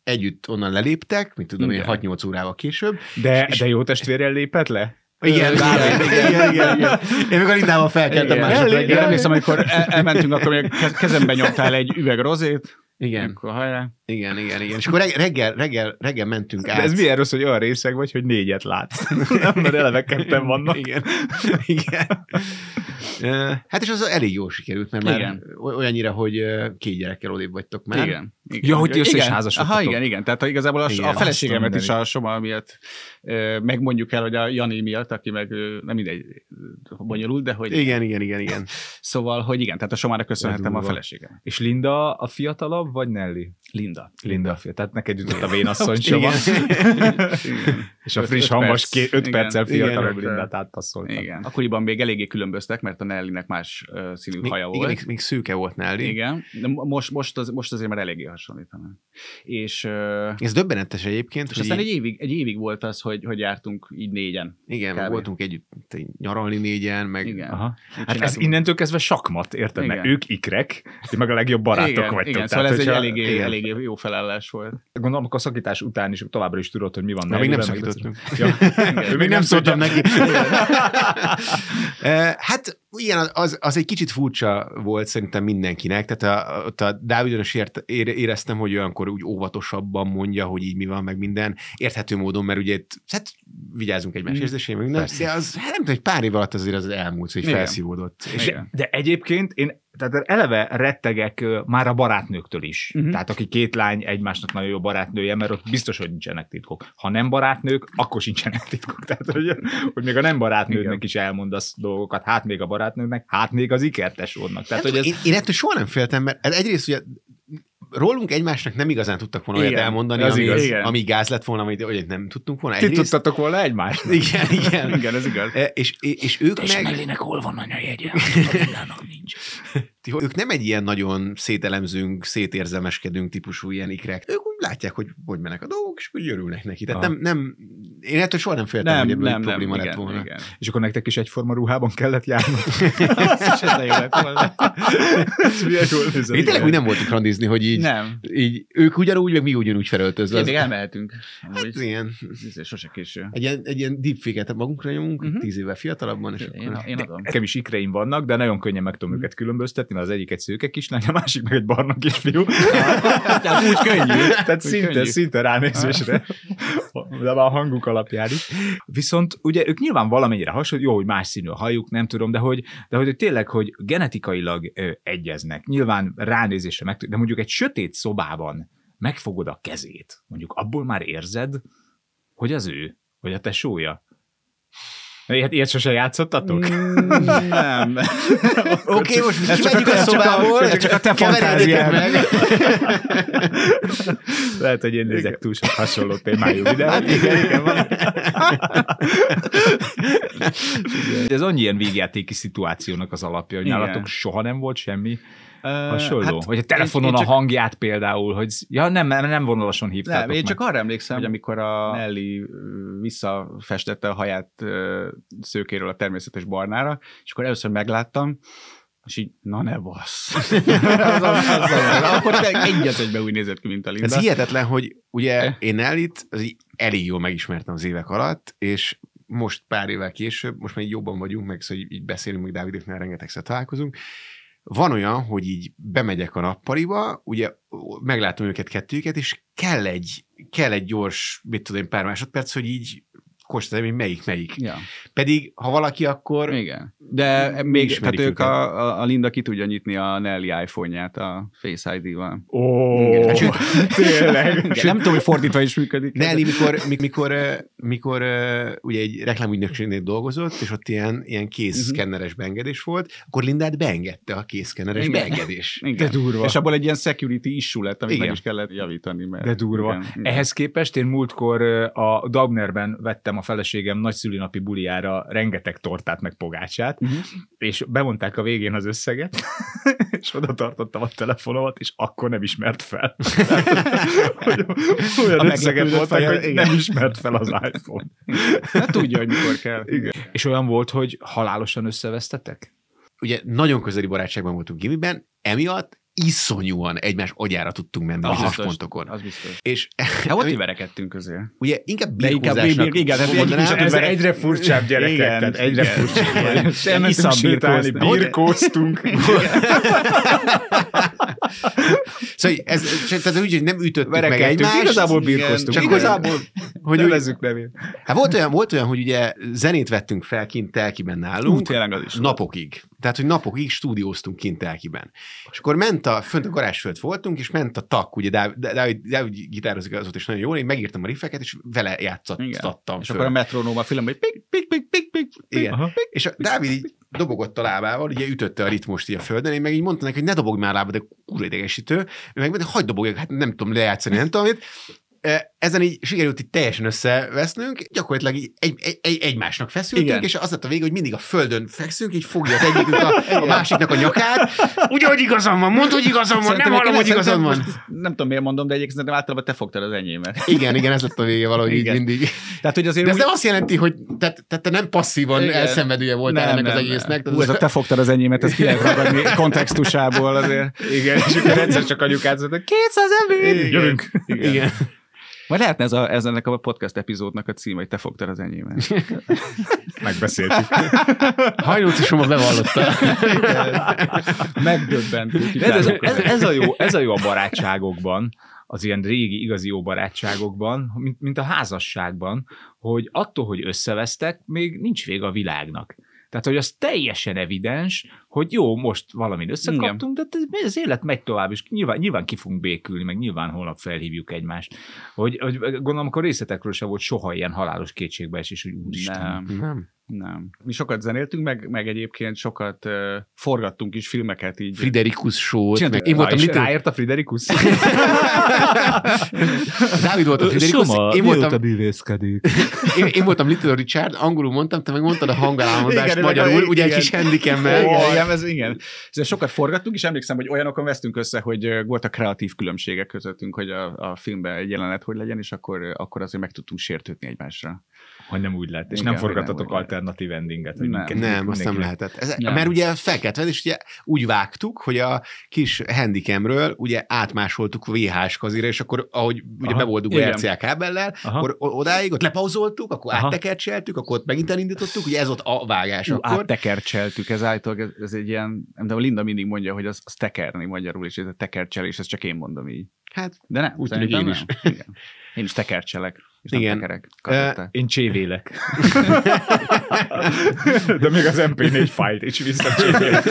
együtt onnan leléptek, mint tudom én, Igen. 6-8 órával később. De, de jó testvérrel lépett le? Igen, igen, igen, igen, igen. Én meg a Lindával felkeltem Igen. másnap Én reggel. emlékszem, amikor el- elmentünk, akkor még kez- kezembe nyomtál egy üveg rozét. Igen, Akkor hajrá. igen, igen, igen. És akkor reg- reggel, reggel, reggel mentünk át. De ez milyen rossz, hogy olyan részeg vagy, hogy négyet látsz. Nem, mert eleve ketten vannak. Igen. Igen. Ö, Hát és az elég jól sikerült, mert már Igen. o- olyannyira, hogy ö, két gyerekkel odébb vagytok már. Igen. igen. Ja, hogy ti össze is Igen. házasodtatok. Aha, igen, igen. Tehát igazából a, Igen. igen, a feleségemet Azt is a Soma miatt ö, megmondjuk el, hogy a Jani miatt, aki meg ö, nem mindegy ö, bonyolult, de hogy Igen, igen, igen, igen. szóval, hogy igen, tehát a Somára köszönhetem a durva. feleségemet. És Linda a fiatalabb, vagy Nelly? Linda. Linda a fiatal. Tehát neked jutott a vénasszony sova. igen. És a Öt- friss öt hambas perc. ké- öt Igen. perccel fiatalabb Igen. Lindát átpasszoltak. Igen. Akkoriban még eléggé különböztek, mert a Nellinek más ö, színű Még, haja igen, volt. még, még szőke volt Nelly. Igen. Igen, de mo- most, most, az, most azért már eléggé hasonlítanak. És, ö, Ez döbbenetes egyébként, és hogy aztán így, egy évig, egy évig volt az, hogy, hogy jártunk így négyen. igen, kb. voltunk együtt így nyaralni négyen, meg Igen. Aha. Hát ez Csináltunk. innentől kezdve sakmat, érted? Mert Igen. ők ikrek, ti meg a legjobb barátok igen, vagytok. Igen, szóval ez egy hogyha- eléggé, igen. eléggé jó felállás volt. Gondolom, akkor a szakítás után is továbbra is tudod, hogy mi van. Na, még nem Nellyvel, meg- szakítottunk. Ja. Ő még nem szóltam neki. Eh, Hát igen, az, az egy kicsit furcsa volt szerintem mindenkinek, tehát a, ott a Dávidon is ért, ére- éreztem, hogy olyankor úgy óvatosabban mondja, hogy így mi van, meg minden, érthető módon, mert ugye itt, hát vigyázunk Mm. egymás érzésére, meg minden, de az, hát nem tudom, egy pár év alatt azért az elmúlt, hogy Igen. felszívódott. És Igen. De egyébként én tehát eleve rettegek ö, már a barátnőktől is. Uh-huh. Tehát aki két lány egymásnak nagyon jó barátnője, mert ott biztos, hogy nincsenek titkok. Ha nem barátnők, akkor sincsenek titkok. Tehát, hogy, hogy még a nem barátnőknek Igen. is elmondasz dolgokat, hát még a barátnőknek, hát még az ikertesódnak. Tehát, nem Hát, hogy ez, tudom, én, én ettől soha nem féltem, mert ez egyrészt ugye rólunk egymásnak nem igazán tudtak volna olyat Igen, elmondani, ez ami, igaz. Igen. ami gáz lett volna, amit olyat nem tudtunk volna. ti egyrészt. tudtatok volna egymást. Igen, igen. Igen, ez igaz. E, És, és ők meg... hol van anya jegye? Hát, nincs. Ti- Ők nem egy ilyen nagyon szételemzünk, szétérzemeskedünk típusú ilyen ikrek. Ők úgy látják, hogy hogy mennek a dolgok, és úgy örülnek neki. Tehát Aha. nem, nem, én ettől soha nem féltem, Nem, hogy ebből nem, egy nem, probléma igen, lett volna. igen. És akkor nektek is egyforma ruhában kellett járni. Ez se jó lett volna. Ez milyen jól nézett. Én tényleg úgy nem voltunk randizni, hogy így, Nem. így ők ugyanúgy, meg mi ugyanúgy felöltözve. Az, Igen, Hát még elmehetünk. Amúgy ez ilyen, ez izé Sose késő. egy ilyen, egy ilyen deepfake-et magunkra nyomunk, Mhm. uh-huh. tíz évvel fiatalabban, és Én, akkor... én adom. Nekem is ikreim vannak, de nagyon könnyen meg tudom őket különböztetni, mert az egyik egy szőke kislány, a másik meg egy barna kisfiú. Hát úgy könnyű. Tehát szinte, könnyű. szinte ránézésre, de már a hanguk alapján is. Viszont ugye ők nyilván valamennyire hasonló, jó, hogy más színű a hajuk, nem tudom, de hogy, de hogy tényleg, hogy genetikailag ö, egyeznek. Nyilván ránézésre meg, de mondjuk egy sötét szobában megfogod a kezét, mondjuk abból már érzed, hogy az ő, vagy a tesója. Ilyet, ilyet sose játszottatok? Mm, Nem. Oké, most kimegyünk a ez csak a- szobából, ez csak a te keveredjetek meg. fantáziád. Lehet, hogy én nézek túl sok hasonló témájú Hát videót. Igen, igen, van. Ez annyi ilyen végjátéki szituációnak az alapja, hogy Igen. nálatok soha nem volt semmi Ö, hasonló. hát Hogy a telefonon én- a én csak- hangját például, hogy ja nem, nem, nem vonalason hívtátok Nem, én meg. csak arra emlékszem, Hogy hogy amikor a Nelly ö, visszafestette a haját ö, szőkéről a természetes barnára, és akkor először megláttam, és így, na ne bassz. azon, azon, akkor tényleg egy az egyben úgy nézett ki, mint a Linda. Ez hihetetlen, hogy ugye én elit, az így elég jól megismertem az évek alatt, és most pár évvel később, most már így jobban vagyunk, meg szóval így- így beszélünk, meg Dávidéknál rengetegszer találkozunk, van olyan, hogy így bemegyek a nappaliba, ugye meglátom őket kettőjüket, és kell egy, kell egy gyors, mit tudom én, pár másodperc, hogy így kóstoljam, hogy melyik melyik. Ja, Pedig, ha valaki, akkor igen. De Mi még, tehát ismerik ők őket. a, a- a, Linda ki tudja nyitni a Nelly iPhone-ját a Face ID-val. Ó, Igen. hát Oh, tényleg. Igen, nem tudom, hogy fordítva is működik. Nelly, mikor, mi- mikor, ö, mikor ö, ugye egy reklámügynökségnél dolgozott, és ott ilyen, ilyen kézszkenneres beengedés volt, akkor Lindát beengedte a kézszkenneres Igen. beengedés. Igen. De durva. És abból egy ilyen security issue lett, amit Igen. meg is kellett javítani. Mert De durva. Igen, igen. Ehhez képest én múltkor ö, a Dagnerben vettem a feleségem nagyszülinapi buliára rengeteg tortát meg pogácsát, Mhm. uh-huh. és bemondták a végén az összeget, és oda tartottam a telefonomat, és akkor nem ismert fel. Hogy Olyan A összeget meglepődött mondták, fejjel, hogy igen. nem ismert fel az iPhone. Hát tudja, hogy mikor kell. Igen. És olyan volt, hogy halálosan összevesztetek? Ugye nagyon közeli barátságban voltunk gimiben, emiatt iszonyúan egymás agyára tudtunk menni a haspontokon. Az biztos. És Hát ott verekedtünk közé. ugye inkább De inkább birkózásnak bir- igen, tehát mondanám. egy- Ez vele- egyre furcsább gyerekek, Igen, tehát egyre igen. furcsább. Iszap Elmentünk sétálni, birkózni. birkóztunk. Szóval így ez, ez- tehát úgy, hogy nem ütöttük meg Verekedtünk, egymást. igazából igen, birkóztunk, Csak igazából igazából, hogy úgy, Nevezzük nevén. Hát volt olyan, volt olyan, hogy ugye zenét vettünk fel kint telkiben nálunk. Ú, tényleg az is volt. Napokig. Tehát, hogy napokig stúdióztunk kint telkiben. És akkor ment a, fönt a garázsföld voltunk, és ment a tak, ugye Dávid, Dávid, Dávid gitározik azóta is nagyon jól, én megírtam a riffeket, és vele játszattam És akkor a metronóm a filmben, hogy pik, pik, pik, pik, pik, pik. igen. És a Dávid így dobogott a lábával, ugye ütötte a ritmust így a földön, én meg így mondtam neki, hogy ne dobogj már lábad, de kurva idegesítő. Ő meg mondta, hagyd dobogjak, hát nem tudom lejátszani, nem tudom mit. E, Ezen így sikerült így teljesen összevesznünk, gyakorlatilag így egy, egy, egy, egymásnak feszültünk, Igen. Igen. és az lett a vége, hogy mindig a földön fekszünk, így fogja az egyikünk a, a másiknak a nyakát. Ugye, hogy igazam van, mondd, hogy igazam van, nem Szerintem hallom, én- hogy igazam szerintem van. most Nem tudom, miért mondom, de egyébként szerintem általában te fogtad az enyémet. Igen, igen, ez lett a vége valahogy így Igen. mindig. Tehát, hogy azért De ez úgy- nem azt jelenti, hogy te, te, te nem passzívan Igen. elszenvedője voltál Nem, ennek az nem, egésznek. nem. Tehát Ú, ez a te fogtad az enyémet, ez ki lehet ragadni kontextusából azért. Igen, és akkor egyszer csak anyukád szólt, hogy 200 ember! Jövünk! igen. igen. Vagy lehetne ez, a, ez ennek a podcast epizódnak a címe, hogy te fogtad az enyémet. Megbeszéltük. Hajnóci Soma bevallotta. Megdöbbentünk. De ez, ez, ez, a jó, ez a jó a barátságokban, az ilyen régi, igazi jó barátságokban, mint, mint a házasságban, hogy attól, hogy összevesztek, még nincs vége a világnak. Tehát, hogy az teljesen evidens, hogy jó, most valamin összekaptunk, de ez- az élet megy tovább, és nyilván, nyilván ki fogunk békülni, meg nyilván holnap felhívjuk egymást. Hogy, hogy gondolom, akkor részletekről sem volt soha ilyen halálos kétségbeesés, hogy úristen. Nem. Nem. Nem. Mi sokat zenéltünk, meg, meg egyébként sokat uh, forgattunk is filmeket így. Friderikus sót. Csináltuk- Meg. Én voltam és Little... ráért a Friderikus? Dávid volt a Friderikus. Én voltam, bűvészkedik? én, én voltam Little Richard, angolul mondtam, te meg mondtad a hangálmodást Igen, magyarul, meg a- ugye egy igen. kis handikemmel. Igen, igen, ez igen. Ezzel sokat forgattunk, és emlékszem, hogy olyanokon vesztünk össze, hogy ö, voltak kreatív különbségek közöttünk, hogy a, a filmben egy jelenet hogy legyen, és akkor, ö, akkor azért meg tudtunk sértődni egymásra. Hogy nem úgy lett. És Igen, nem hogy nem forgattatok úgy lett. alternatív endinget. Hogy Nem. mindkettőt- Nem, azt nem mindenkinek- lehetett. Ez, Nem. Mert ugye fel kellett venni, és ugye úgy vágtuk, hogy a kis handicamről ugye átmásoltuk VH-s kazira, és akkor ahogy ugye Aha. be voltunk Igen. RCA kábellel, Aha. akkor o- odáig ott lepauzoltuk, akkor Aha. áttekercseltük, akkor ott megint elindítottuk, ugye ez ott a vágás Ú, akkor. áttekercseltük, ez állítólag, ez, ez egy ilyen, nem tudom, Linda mindig mondja, hogy az, az tekerni magyarul, és ez a tekercselés, ezt csak én mondom így. Hát De nem, Úgy tűnik, én szerintem is. nem. Igen. Én is tekercselek, és nem Igen. tekerek. Kazettát. Én csévélek. De még az MP4 fájt, és visszacsévélek.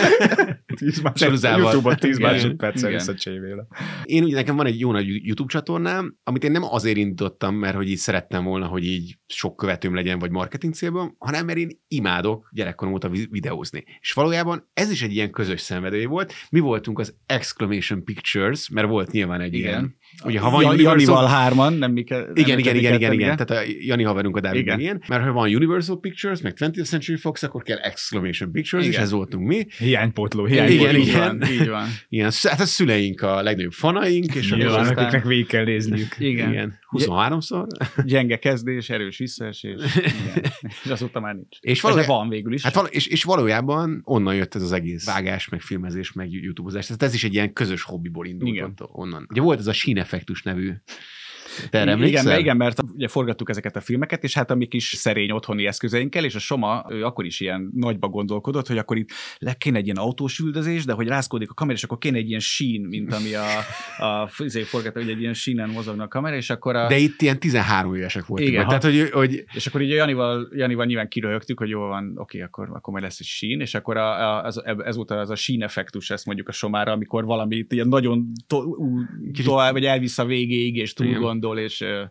10 másodperc. Ceruzával. Youtube-on 10 Igen. másodperccel Igen. visszacsévél. Én úgy, nekem van egy jó nagy YouTube csatornám, amit én nem azért indítottam, mert hogy így szerettem volna, hogy így sok követőm legyen, vagy marketing célban, hanem mert én imádok gyerekkorom óta vi- videózni. És valójában ez is egy ilyen közös szenvedője volt. Mi voltunk az Exclamation Pictures, mert volt nyilván egy Igen. ilyen. Ugye, ha Ha van van Janival- Janival hárman, nem mi kell. igen, igen, igen, igen, igen. Tehát a Jani haverunk a Dávid Igen. meg ilyen. Mert ha van Universal Pictures, meg 20th Century Fox, akkor kell Exclamation Pictures, igen. és Igen. ez voltunk mi. Hiánypótló, Igen, hiánypótló. Így igen. van, így van. Ilyen, hát a szüleink a legnagyobb fanaink, és Jó, akkor Nyilván, hát aztán- akiknek végig kell nézniük. Igen. igen, 23-szor. Gyenge kezdés, erős visszaesés. Igen. És azóta már nincs. És Ez valójában- van végül is. Hát val- és, és valójában onnan jött ez az egész vágás, meg filmezés, meg youtubozás. Tehát ez is egy ilyen közös hobbiból indult Igen. Igen. onnan. Ugye volt ez a sín effektus nevű. Te erre igen, emlékszel? mert, igen, mert ugye forgattuk ezeket a filmeket, és hát a mi kis szerény otthoni eszközeinkkel, és a Soma ő akkor is ilyen nagyba gondolkodott, hogy akkor itt le kéne egy ilyen autós üldözés, de hogy rászkódik a kamera, és akkor kéne egy ilyen sín, mint ami a, a izé forgató, hogy egy ilyen sínen mozogna a kamera, és akkor a... De itt ilyen 13 évesek voltunk. Igen, Igen, tehát, hogy, hogy És akkor így a Janival, Janival nyilván kiröhögtük, hogy jó van, oké, akkor, akkor majd lesz egy sín, és akkor a, a, az, ezóta az a sín effektus, ezt mondjuk a somára, amikor valamit ilyen nagyon to, ú, Kicsit- tovább, vagy elvisz a végéig, és túl Igen. gondol, és, ö,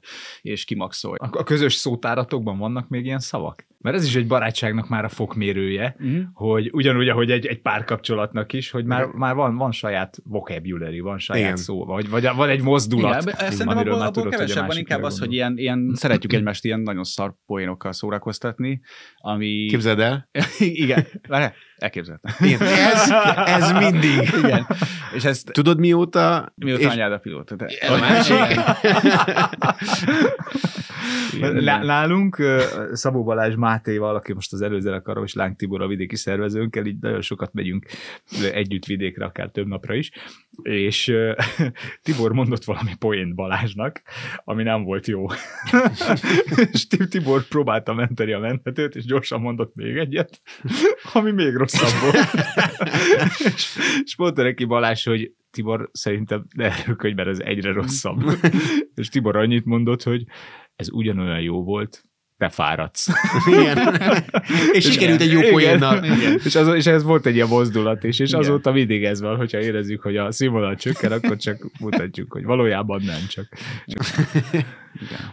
és kimaxol. A a közös szótáratokban vannak még ilyen szavak? Mert ez is egy barátságnak már a fokmérője, Mhm. hogy ugyanúgy, ahogy egy, egy párkapcsolatnak is, hogy már, már van, van saját vocabulary, van saját Igen. szó, vagy, vagy van egy mozdulat. Igen, szerintem amiről abból, már abból tudod, hogy a kevesebb van másik inkább mire az, hogy gondol. ilyen, ilyen szeretjük egymást ilyen nagyon szar poénokkal szórakoztatni, ami... képzeld el, Igen, várjál, elképzeltem. Igen, ez, ez mindig. Igen, és ezt Tudod mióta? mióta és- anyád a pilóta. De... a másik. Lá- Nálunk ö, Szabó Balázs Mátéval, aki most az előző akarom, és Láng Tibor a vidéki szervezőnkkel, így nagyon sokat megyünk együtt vidékre, akár több napra is, és ö, Tibor mondott valami poént Balázsnak, ami nem volt jó. és Ti- Tibor próbálta menteni a menthetőt, és gyorsan mondott még egyet, ami még rosszabb volt. és, és mondta neki Balázs, hogy Tibor szerintem erőkönyvben ez egyre rosszabb. és Tibor annyit mondott, hogy ez ugyanolyan jó volt, te fáradsz. Igen. És sikerült egy jó Igen. poénnal. és, az, és ez volt egy ilyen mozdulat is, és azóta mindig ez van, hogyha érezzük, hogy a színvonal csökken, akkor csak mutatjuk, hogy valójában nem csak. csak.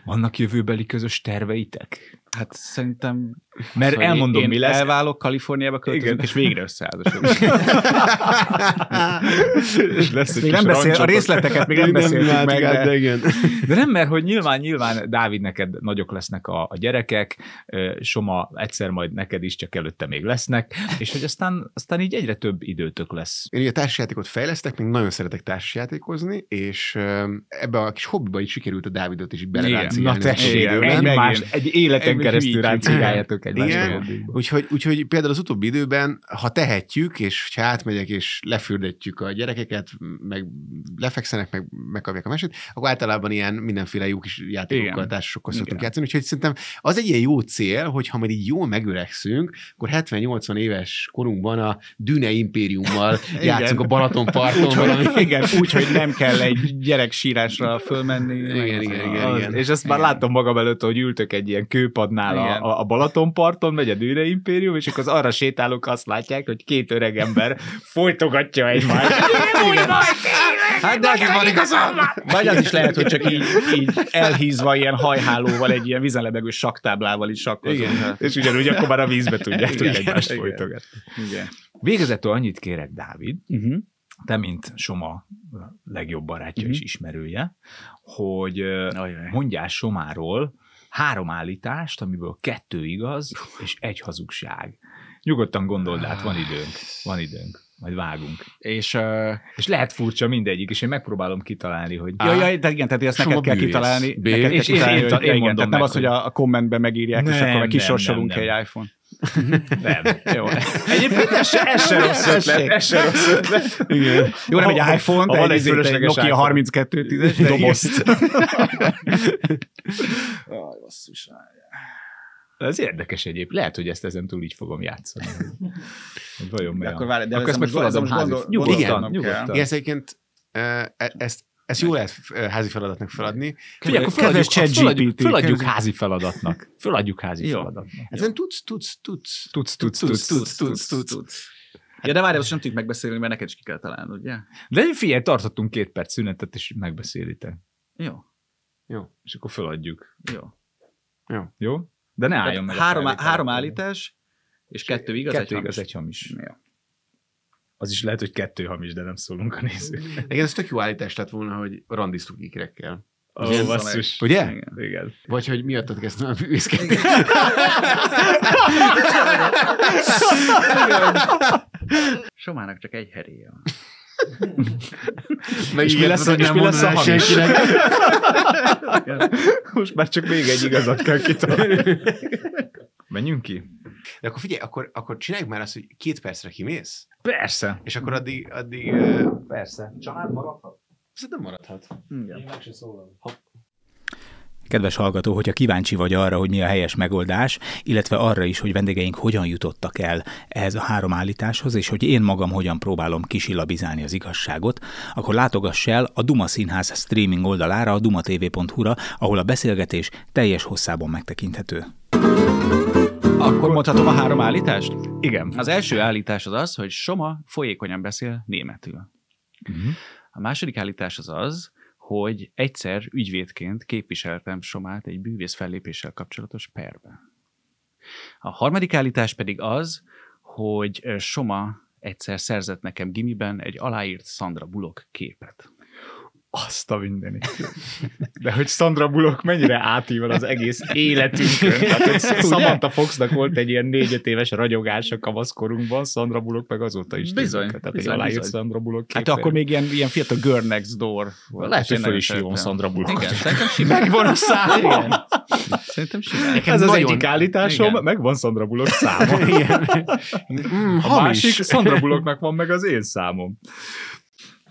Vannak jövőbeli közös terveitek? Hát szerintem... Mert Szóval elmondom, én, mi lesz. Én elválok, Kaliforniába költözünk, Igen. és végre összeházasodunk. És lesz egy Még kis nem beszél, a rancsatok. részleteket még nem Még beszéltük meg, látjuk át, de... igen. De nem, mert hogy nyilván, nyilván, Dávid, neked nagyok lesznek a, a gyerekek, ö, Soma egyszer majd neked is, csak előtte még lesznek, és hogy aztán, aztán így egyre több időtök lesz. Én ugye társasjátékot fejlesztek, még nagyon szeretek társasjátékozni, és öm, ebbe a kis hobbiba így sikerült a Dávidot is így beleráncigálni. Na az utóbbi tessék, időben. egymás, Megint. egy életen Egy- keresztül hülyítjük. ráncigáljátok egymást. Igen. Valódi. Úgyhogy, úgyhogy például az utóbbi időben, ha tehetjük, és ha átmegyek, és lefürdetjük a gyerekeket, meg lefekszenek, meg megkapják a mesét, akkor általában ilyen mindenféle jó kis játékokkal, Igen. társasokkal szoktunk Igen. játszani. Úgyhogy szerintem az egy ilyen jó cél, hogy ha majd így jól megöregszünk, akkor 70-80 éves korunkban a Düne Impériummal játszunk a Balatonparton. valami. Igen, úgy, hogy nem kell egy gyerek sírásra fölmenni. Igen, igen, igen, Az, igen. és ezt már láttam magam előtt, hogy ültök egy ilyen kőpadnál Igen. a, a Balatonparton, megy a Dűre Impérium, és akkor az arra sétálók azt látják, hogy két öreg ember folytogatja egymást. Hát de az, vagy az is lehet, hogy csak így, így elhízva ilyen hajhálóval, egy ilyen vizenlebegő saktáblával is sakkozunk. Igen. és ugyanúgy akkor már a vízbe tudjátok Igen. egymást Igen. folytogatni. igen. Végezetül annyit kérek, Dávid, Uh-huh. te, mint Soma legjobb barátja Mhm. és ismerője, hogy ö, Ajaj. mondjál Somáról három állítást, amiből kettő igaz, és egy hazugság. Nyugodtan gondold át, van időnk, van időnk, majd vágunk. És uh, És lehet furcsa mindegyik, és én megpróbálom kitalálni, hogy... Ja, ja, de igen, tehát ezt Soma neked kell művész. kitalálni. B. Neked kell És én- kitalálni, én- hogy- én ja, igen, mondom tehát nem meg, az, hogy a a kommentben megírják, és Nem, akkor meg nem, kisorsolunk nem, egy nem. iPhone. Nem. Jó. Egyébként ez se, ez se rossz ötlet, ez se rossz ötlet. Igen. Jó, nem egy iPhone, ha van egy izét, fölösleges Nokia iPhone. 3210-es dobozt. Jaj, basszus. Ez érdekes egyéb. Lehet, hogy ezt ezen túl így fogom játszani. Hogy vajon De mely akkor a- várj, de akkor ezzel ezt meg most feladom gondol- házi. gondol- Nyugodtan, gondolnom nyugodtan. kell. Igen, ez egyébként e, e- ezt, ezt jó lehet e, házi feladatnak feladni. Figyelj, akkor Kedves feladjuk, ChatGPT, feladjuk, feladjuk kedves- házi feladatnak. Feladjuk házi Jó. feladatnak. Ezen Hát tudsz, tudsz, tudsz. Tudsz, tudsz, tudsz, tudsz, tudsz, tudsz. Ja, Hát de várj, azt sem tudjuk megbeszélni, mert neked is ki kell találni, ugye? De figyelj, tartottunk két perc szünetet, és megbeszélitek. Jó, És akkor föladjuk. jó. Jó? De ne álljon meg. Tehát a három, felvétel. három állítás, és kettő igaz, Kettő egy igaz, hamis. egy hamis. Jó. Az is lehet, hogy kettő hamis, de nem szólunk a nézők. Nekem ez tök jó állítás lett volna, hogy randiztuk ikrekkel. Ó, Igen, basszus. Ugye? Igen. Igen. Vagy hogy miattad kezdtem el bűvészkedni. Somának csak egy heréje van. Meg És mi igen, lesz, hogy és nem mi lesz a mondanál hamis? senkinek. Most már csak még egy igazat kell kitalálni. Menjünk ki? De akkor figyelj, akkor, akkor csináljuk már azt, hogy két percre kimész, Persze. és akkor addig... addig ö, Persze. Szerintem maradhat. Kedves hallgató, hogyha kíváncsi vagy arra, hogy mi a helyes megoldás, illetve arra is, hogy vendégeink hogyan jutottak el ehhez a három állításhoz, és hogy én magam hogyan próbálom kisilabizálni az igazságot, akkor látogass el a Duma Színház streaming oldalára, a dumatv.hu-ra, ahol a beszélgetés teljes hosszában megtekinthető. Akkor mondhatom a három állítást? Igen. Az első állítás az az, hogy Soma folyékonyan beszél németül. Mhm. A második állítás az az, hogy egyszer ügyvédként képviseltem Somát egy bűvész fellépéssel kapcsolatos perben. A harmadik állítás pedig az, hogy ö, Soma egyszer szerzett nekem gimiben egy aláírt Sandra Bullock képet. Azt a mindenit. De hogy Sandra Bullock mennyire átível az egész életünkön. Tehát, hogy Samantha Foxnak volt egy ilyen négy-öt éves ragyogás a kamaszkorunkban, Sandra Bullock meg azóta is. Bizony, tűnik. Tehát bizony, bizony, aláírt bizony. Sandra Bullock Hát képen. akkor még ilyen, ilyen fiatal girl next door. volt, Lehet, és hogy én föl nagyon is hívom szerettem. Sandra Bullockot. Igen, szerintem simán. Megvan a száma. Szerintem simán. Ez az Nagyon- egyik állításom, Igen. megvan Sandra Bullock száma. Mm, A másik, Sandra Bullocknak van meg az én számom.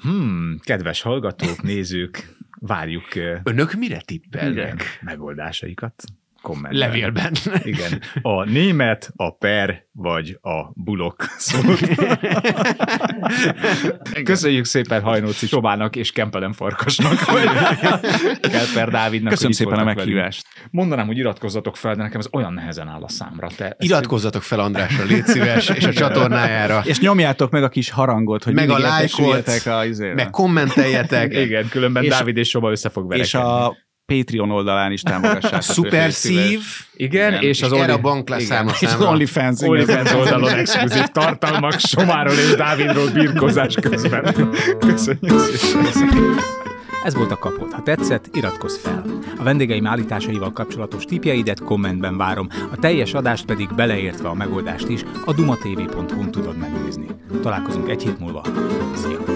Hmm, kedves hallgatók, nézők, várjuk eh, Önök mire tippelnek? megoldásaikat kommentben. Levélben. Igen. A német, a per vagy a bulok szót. Köszönjük szépen Hajnóci Sobának és Kempelen Farkasnak, hogy Kemper Dávidnak. Köszönöm hogy itt szépen a voltak velünk. meghívást. Mondanám, hogy iratkozzatok fel, de nekem ez olyan nehezen áll a számra. Te ezt- Iratkozzatok fel Andrásra, légy szíves, és a csatornájára. És nyomjátok meg a kis harangot, hogy Meg a mindig lájkot, értesüljetek a izére. meg kommenteljetek. Igen, különben És- Dávid és Soba össze fog És verekedni. a Patreon oldalán is támogassátok. Szuper őt, szív, Hát, Igen, Igen. és az erre Oli- a bank lesz Igen. számla És az számla. OnlyFans. igen. OnlyFans oldalon exkluzív tartalmak Somáról és Dávidról birkózás közben. Köszönjük szépen. Ez volt a kapod. Ha tetszett, iratkozz fel. A vendégeim állításaival kapcsolatos tipjeidet kommentben várom, a teljes adást pedig beleértve a megoldást is a dumatv.hu-n tudod megnézni. Találkozunk egy hét múlva. Szia!